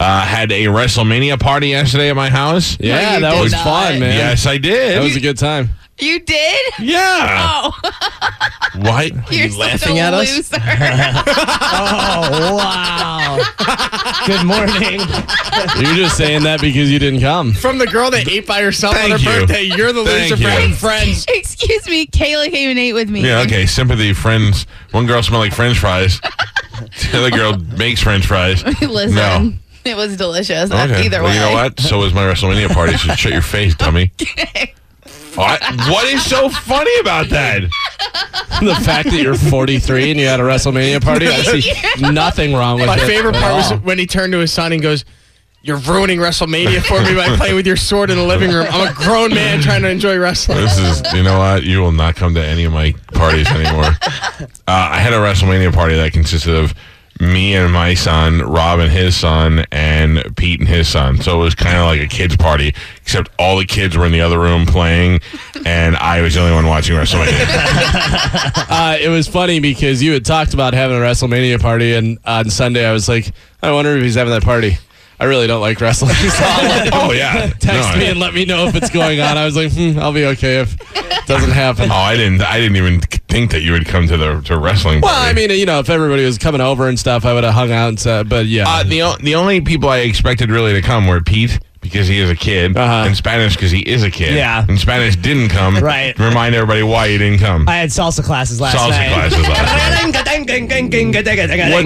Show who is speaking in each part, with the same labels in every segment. Speaker 1: Uh, had a WrestleMania party yesterday at my house.
Speaker 2: Yeah,
Speaker 3: you
Speaker 2: that
Speaker 3: did
Speaker 2: was
Speaker 3: not.
Speaker 2: fun, man.
Speaker 1: Yes, I did.
Speaker 2: That was a good time.
Speaker 3: You did?
Speaker 1: yeah.
Speaker 3: Oh,
Speaker 1: Why?
Speaker 3: you're
Speaker 2: laughing
Speaker 3: such a
Speaker 2: at us?
Speaker 3: loser.
Speaker 4: Oh, wow. Good morning.
Speaker 2: You're just saying that because you didn't come.
Speaker 4: From the girl that ate by herself
Speaker 1: Thank
Speaker 4: on her
Speaker 1: you.
Speaker 4: birthday, you're the
Speaker 1: Thank
Speaker 4: loser
Speaker 1: you.
Speaker 4: for having friends.
Speaker 3: Excuse me, Kayla came and ate with me.
Speaker 1: Yeah, okay. Sympathy, friends. One girl smelled like french fries. The other girl makes french fries.
Speaker 3: Listen,
Speaker 1: No.
Speaker 3: it was delicious. Uh,
Speaker 1: Okay.
Speaker 3: Either
Speaker 1: well,
Speaker 3: way.
Speaker 1: you know what? So was my WrestleMania party. So shut your face, dummy. What? What is so funny about that?
Speaker 2: the fact that you're 43 and you had a WrestleMania party, I see nothing wrong with
Speaker 4: My
Speaker 2: it.
Speaker 4: favorite
Speaker 2: at
Speaker 4: part was
Speaker 2: all.
Speaker 4: when he turned to his son and goes, You're ruining WrestleMania for me by playing with your sword in the living room. I'm a grown man trying to enjoy wrestling.
Speaker 1: This is, you know what? You will not come to any of my parties anymore. Uh, I had a WrestleMania party that consisted of me and my son, Rob and his son, and Pete and his son. So it was kind of like a kids' party, except all the kids were in the other room playing, and I was the only one watching WrestleMania.
Speaker 2: Uh, it was funny because you had talked about having a WrestleMania party, and on Sunday I was like, I wonder if he's having that party. I really don't like wrestling. So I'll let him
Speaker 1: oh yeah,
Speaker 2: text
Speaker 1: No,
Speaker 2: me
Speaker 1: I-
Speaker 2: and let me know if it's going on. I was like, hmm, I'll be okay if it doesn't happen.
Speaker 1: Oh, I didn't. I didn't even think that you would come to the to wrestling.
Speaker 2: Well,
Speaker 1: party.
Speaker 2: I mean, you know, if everybody was coming over and stuff, I would have hung out and said, but yeah.
Speaker 1: Uh, the o- the only people I expected really to come were Pete because he is a kid,
Speaker 2: Uh-huh.
Speaker 1: and Spanish because he is a kid.
Speaker 4: Yeah.
Speaker 1: and Spanish didn't come.
Speaker 4: Right.
Speaker 1: Remind everybody why he didn't come.
Speaker 4: had salsa classes last
Speaker 1: Salsa classes. last night.
Speaker 2: what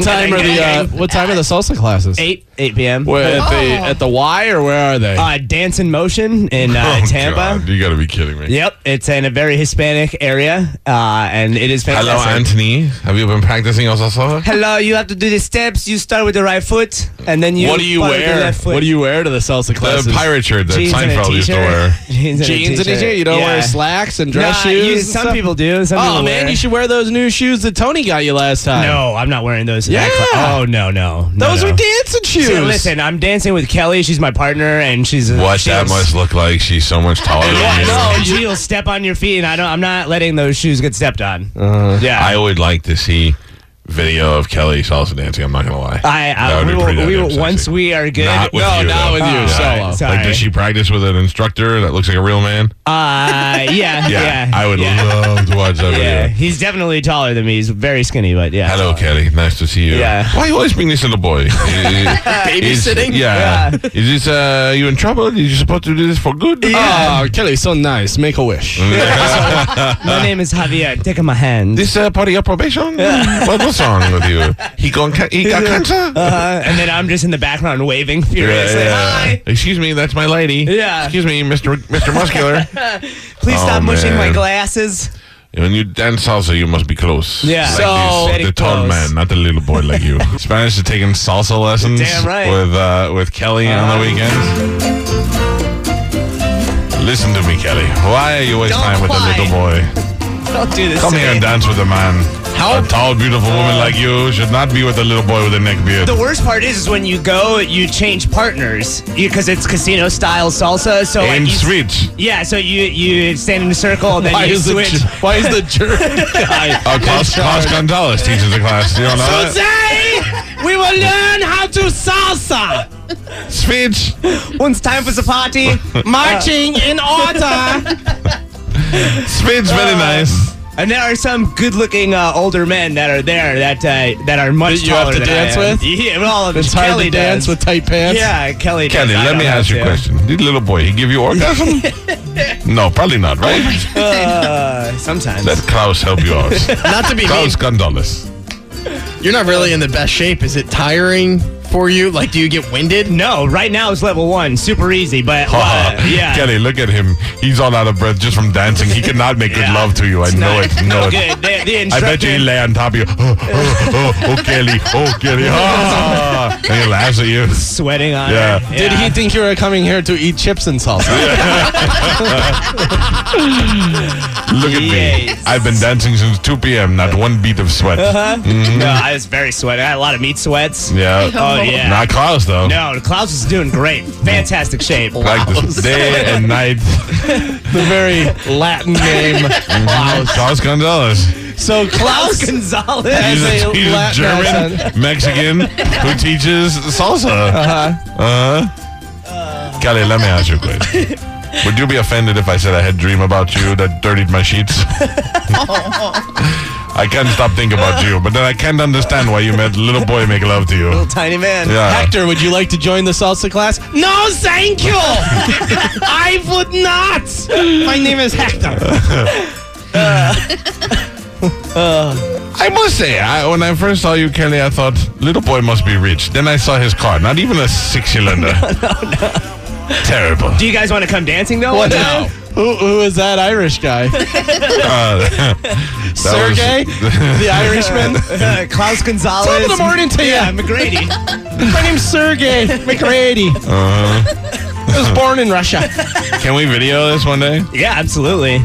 Speaker 2: time are the uh, what time are the salsa classes?
Speaker 5: 8 8 p.m.
Speaker 2: Where, at the at the Y or where are they?
Speaker 5: Oh. Uh, Dance in Motion in uh,
Speaker 1: Oh,
Speaker 5: Tampa.
Speaker 1: God, you got to be kidding me.
Speaker 5: Yep, it's in a very Hispanic area, uh, and it is
Speaker 1: Hello,
Speaker 5: fantastic.
Speaker 1: Anthony. Have you been practicing your salsa?
Speaker 5: Hello, you have to do the steps. You start with the right foot, and then you.
Speaker 2: what do you
Speaker 5: follow the
Speaker 2: wear?
Speaker 5: left foot.
Speaker 2: What do you wear to the salsa classes?
Speaker 1: The pirate shirt that
Speaker 5: Jeans and a
Speaker 1: Seinfeld used to
Speaker 5: t-shirt.
Speaker 1: wear.
Speaker 5: Jeans and
Speaker 2: jeans
Speaker 5: a
Speaker 2: and
Speaker 5: t-shirt.
Speaker 2: a shirt. You don't
Speaker 5: Yeah.
Speaker 2: wear slacks and dress
Speaker 5: Nah,
Speaker 2: shoes.
Speaker 5: you-
Speaker 2: and
Speaker 5: some
Speaker 2: stuff?
Speaker 5: people do. Some
Speaker 2: Oh
Speaker 5: people
Speaker 2: man,
Speaker 5: wear.
Speaker 2: you should wear those new shoes that Tony got you last time.
Speaker 5: No, I'm not wearing those. in that
Speaker 2: Yeah.
Speaker 5: cla- Oh no, no, no,
Speaker 2: those
Speaker 5: no.
Speaker 2: are dancing shoes.
Speaker 5: See, listen, I'm dancing with Kelly. She's my partner, and she's
Speaker 1: What
Speaker 5: she
Speaker 1: that must look like? She's so much taller than you.
Speaker 5: No, she'll step on your feet, and I don't. I'm not letting those shoes get stepped on.
Speaker 2: Uh-huh.
Speaker 5: yeah,
Speaker 1: I would like to see video of Kelly salsa dancing. I'm not gonna lie.
Speaker 5: I,
Speaker 1: That
Speaker 5: I
Speaker 1: would
Speaker 5: we
Speaker 1: be pretty damn
Speaker 5: will, we will,
Speaker 1: sexy.
Speaker 5: once we are good.
Speaker 1: Not with
Speaker 2: No,
Speaker 1: you.
Speaker 2: not
Speaker 1: though.
Speaker 2: with you,
Speaker 1: Yeah.
Speaker 2: solo.
Speaker 5: Sorry.
Speaker 1: Like, does she practice with an instructor that looks like a real man?
Speaker 5: Uh, yeah, yeah,
Speaker 1: I would
Speaker 5: yeah.
Speaker 1: love to watch that
Speaker 5: Yeah,
Speaker 1: video.
Speaker 5: he's definitely taller than me. He's very skinny, but yeah.
Speaker 1: Hello, Kelly. Nice to see you.
Speaker 5: Yeah.
Speaker 1: Why you always bring this little boy? Babysitting? Yeah. Is this, uh, you in trouble? Is you supposed to do this for good? Oh.
Speaker 2: Oh, Kelly's so nice. Make a
Speaker 5: Mm.
Speaker 2: wish.
Speaker 5: My name is Javier. Take my hand.
Speaker 1: Uh. This uh, part of your probation? what, what's wrong with you? He, gone ca- he got cancer?
Speaker 5: Uh, and then I'm just in the background waving furiously. Hi.
Speaker 1: Excuse me, that's my lady.
Speaker 5: Yeah.
Speaker 1: Excuse me, Mr. Mr. Muscular.
Speaker 5: Please
Speaker 1: Oh,
Speaker 5: stop mushing my
Speaker 1: man.
Speaker 5: glasses.
Speaker 1: When you dance salsa, you must be close.
Speaker 5: Yeah.
Speaker 1: Like
Speaker 5: So-
Speaker 1: this,
Speaker 5: Very
Speaker 1: the tall
Speaker 5: close.
Speaker 1: man, not the little boy like you. Spanish is taking salsa lessons.
Speaker 5: Damn right. Uh-huh.
Speaker 1: With uh, with Kelly on the weekends. Listen to me, Kelly. Why are you wasting
Speaker 5: Don't
Speaker 1: time with
Speaker 5: cry.
Speaker 1: the little boy?
Speaker 5: Don't do this
Speaker 1: Come
Speaker 5: to
Speaker 1: here and
Speaker 5: me.
Speaker 1: dance with a man. How? A tall, beautiful woman like you should not be with a little boy with a neck beard.
Speaker 5: The worst part is, is when you go, you change partners because it's casino style salsa. So like,
Speaker 1: and
Speaker 5: you-
Speaker 1: sweet.
Speaker 5: Yeah, so you you stand in a circle, then
Speaker 2: Why
Speaker 5: you
Speaker 2: is the
Speaker 5: switch.
Speaker 2: jer- Why is the jerk guy?
Speaker 1: Uh, Klaus, Klaus Gonzalez teaches a class. You don't know that?
Speaker 5: Today, we will learn how to salsa.
Speaker 1: Sweet.
Speaker 5: Once time for the party, marching in order.
Speaker 1: Sweet's very
Speaker 5: Uh,
Speaker 1: nice.
Speaker 5: And there are some good-looking uh, older men that are there that uh, that are much
Speaker 2: That you have
Speaker 5: taller
Speaker 2: to
Speaker 5: than I
Speaker 2: dance
Speaker 5: am.
Speaker 2: with?
Speaker 5: Yeah, well,
Speaker 2: It's
Speaker 5: Kelly
Speaker 2: hard to dance
Speaker 5: does.
Speaker 2: with tight pants.
Speaker 5: Yeah, Kelly.
Speaker 1: Kelly,
Speaker 5: does. I
Speaker 1: let me
Speaker 5: don't have
Speaker 1: ask you a
Speaker 5: to.
Speaker 1: question. Did little boy he give you orgasm? no, probably not, right?
Speaker 5: Oh Uh, sometimes.
Speaker 1: Let Klaus help you out.
Speaker 4: Not to be mean,
Speaker 1: Klaus Gonzalez.
Speaker 4: you're not really in the best shape. Is it tiring for you? Like, do you get winded?
Speaker 5: No, right now it's level one, super easy. But uh, yeah,
Speaker 1: Kelly, look at him. He's all out of breath just from dancing. He cannot make good
Speaker 5: Yeah.
Speaker 1: love to you. I
Speaker 5: It's
Speaker 1: know
Speaker 5: not-
Speaker 1: it. No,
Speaker 5: no
Speaker 1: it.
Speaker 5: good. The, the
Speaker 1: I bet you he
Speaker 5: instructor-
Speaker 1: lay on top of you. Oh, oh, oh, oh, Kelly. Oh, Kelly. Ah. And he laughs at you.
Speaker 5: sweating on
Speaker 1: Yeah.
Speaker 5: it.
Speaker 2: Did he think you were coming here to eat chips and salsa?
Speaker 1: Look at me.
Speaker 5: Yes.
Speaker 1: I've been dancing since 2 p.m. Not one beat of sweat.
Speaker 5: No, I was very sweaty. I had a lot of meat sweats.
Speaker 1: Yeah.
Speaker 5: Oh yeah.
Speaker 1: Not Klaus, though.
Speaker 5: no, Klaus is doing great. Fantastic shape.
Speaker 1: Like this day and night.
Speaker 2: the very Latin name.
Speaker 1: Klaus Gonzalez.
Speaker 2: So
Speaker 5: Klaus
Speaker 2: Klaus.
Speaker 5: Gonzalez.
Speaker 1: He's
Speaker 2: As
Speaker 1: a,
Speaker 2: a
Speaker 1: he's a
Speaker 2: Latin
Speaker 1: German
Speaker 2: accent.
Speaker 1: Mexican who teaches salsa. Uh-huh. Uh-huh. Kelly, let me ask you a question. Would you be offended if I said I had a dream about you that dirtied my sheets? I can't stop thinking about you, but then I can't understand why you made little boy make love to you.
Speaker 5: Little tiny man.
Speaker 1: Yeah.
Speaker 2: Hector, would you like to join the salsa class? No, thank you. I would not. My name is Hector.
Speaker 1: I must say, I, when I first saw you, Kelly, I thought little boy must be rich. Then I saw his car, not even a six cylinder. Terrible.
Speaker 5: Do you guys want to come dancing though?
Speaker 2: What
Speaker 5: one
Speaker 2: now?
Speaker 5: time?
Speaker 2: Who, who is that Irish guy?
Speaker 1: Uh, that was-
Speaker 2: Sergey, the Irishman.
Speaker 5: Uh, Klaus Gonzalez.
Speaker 2: Top of the morning to
Speaker 5: Yeah,
Speaker 2: you.
Speaker 5: McGrady.
Speaker 2: My name's Sergey McGrady.
Speaker 1: Uh-huh.
Speaker 2: I was born in Russia.
Speaker 1: Can we video this one day?
Speaker 5: yeah, absolutely.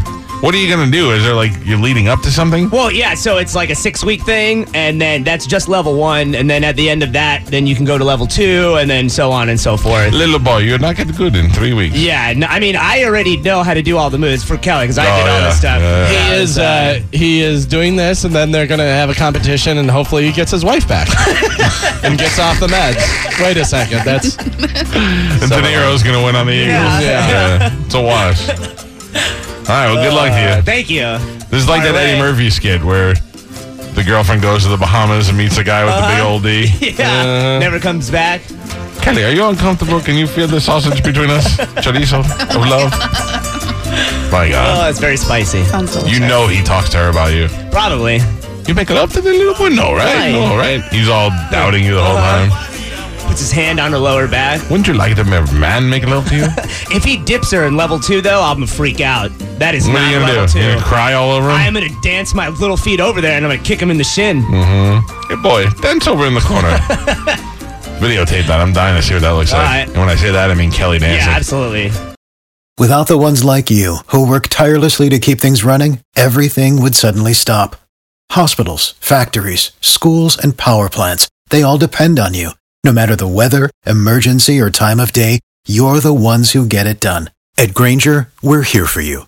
Speaker 1: What are you gonna do? Is there like you're leading up to something?
Speaker 5: Well, yeah, so it's like a six week thing, and then that's just level one, and then at the end of that, then you can go to level two, and then so on and so forth.
Speaker 1: Little boy, you're not getting good in three weeks.
Speaker 5: Yeah, no, I mean, I already know how to do all the moves for Kelly because I
Speaker 1: Oh,
Speaker 5: did all
Speaker 1: yeah,
Speaker 5: this stuff.
Speaker 1: yeah,
Speaker 2: He
Speaker 5: Yeah,
Speaker 2: is
Speaker 5: so-
Speaker 2: uh, he is doing this, and then they're gonna have a competition, and hopefully he gets his wife back and gets off the meds. Wait a second, that's
Speaker 1: And De Niro's gonna win on the Eagles.
Speaker 5: Yeah.
Speaker 2: Yeah.
Speaker 1: It's a wash. All right, well, good luck to
Speaker 5: uh, Thank you.
Speaker 1: you. This is like that
Speaker 5: all
Speaker 1: Eddie
Speaker 5: right.
Speaker 1: Murphy skit where the girlfriend goes to the Bahamas and meets a guy with the big old D.
Speaker 5: Uh-huh.
Speaker 1: Uh-huh.
Speaker 5: Yeah, never comes back.
Speaker 1: Kelly, are you uncomfortable? Can you feel the sausage between us? Chorizo of love. My
Speaker 5: Oh,
Speaker 1: God.
Speaker 5: it's very spicy.
Speaker 3: Sounds delicious.
Speaker 1: You know he talks to her about you.
Speaker 5: Probably.
Speaker 1: You make love to the little boy? No, right?
Speaker 5: Right.
Speaker 1: No, right? He's all doubting you the whole
Speaker 5: Uh-huh.
Speaker 1: time.
Speaker 5: Puts his hand on her lower back.
Speaker 1: Wouldn't you like to have a man make love to you?
Speaker 5: If he dips her in level two, though, I'm gonna freak out. That is
Speaker 1: What
Speaker 5: not
Speaker 1: are you gonna
Speaker 5: level
Speaker 1: do? You
Speaker 5: two.
Speaker 1: gonna cry all over him?
Speaker 5: I am gonna dance my little feet over there, and I'm gonna kick him in the shin.
Speaker 1: Mm-hmm. Hey, boy, dance over in the corner. Videotape that. I'm dying to see what that looks like.
Speaker 5: Alright.
Speaker 1: And when I say that, I mean Kelly
Speaker 5: Yeah,
Speaker 1: dancing.
Speaker 5: absolutely.
Speaker 6: Without the ones like you, who work tirelessly to keep things running, everything would suddenly stop. Hospitals, factories, schools, and power plants, they all depend on you. No matter the weather, emergency, or time of day, you're the ones who get it done. At Granger, we're here for you